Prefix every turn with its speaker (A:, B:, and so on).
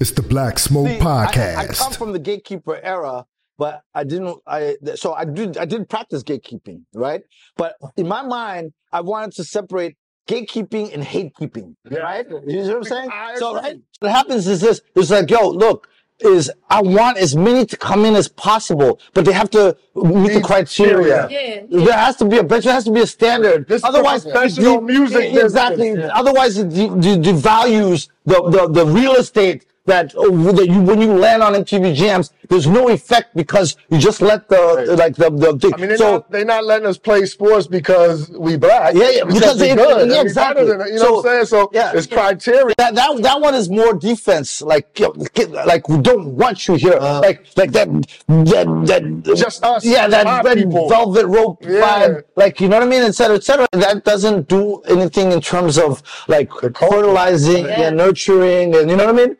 A: It's the Black Smoke
B: See,
A: Podcast.
B: I, I come from the gatekeeper era, but I didn't. I so I did. I did practice gatekeeping, right? But in my mind, I wanted to separate gatekeeping and hate keeping, right? You see what I'm saying?
C: I
B: so
C: agree.
B: right, what happens is this: it's like, yo, look. Is I want as many to come in as possible, but they have to meet the criteria.
D: Yeah.
B: There has to be a bench. There has to be a standard.
C: This is
B: Otherwise,
C: a professional
B: the-
C: music business.
B: exactly.
C: Yeah.
B: Otherwise, it de- de- devalues the, the, the real estate that, uh, that you, when you land on MTV Jams, there's no effect because you just let the,
C: Right.
B: like, the, the thing.
C: I mean, they're,
B: so,
C: not, they're not letting us play sports because we black.
B: Yeah, yeah, because
C: Because we
B: it-
C: good.
B: yeah,
C: and we
B: exactly.
C: better than- you know
B: So-
C: what I'm saying? So
B: yeah.
C: it's criteria.
B: that, that that one is more defense. Like you know, get- like we don't want you here. like like that that that
C: Uh, Just us,
B: Yeah, that
C: our
B: red
C: people.
B: velvet rope
C: Yeah.
B: vibe. Like you know what I mean, et cetera, et cetera. That doesn't do anything in terms of like fertilizing
D: Yeah.
B: and nurturing and you know what I mean.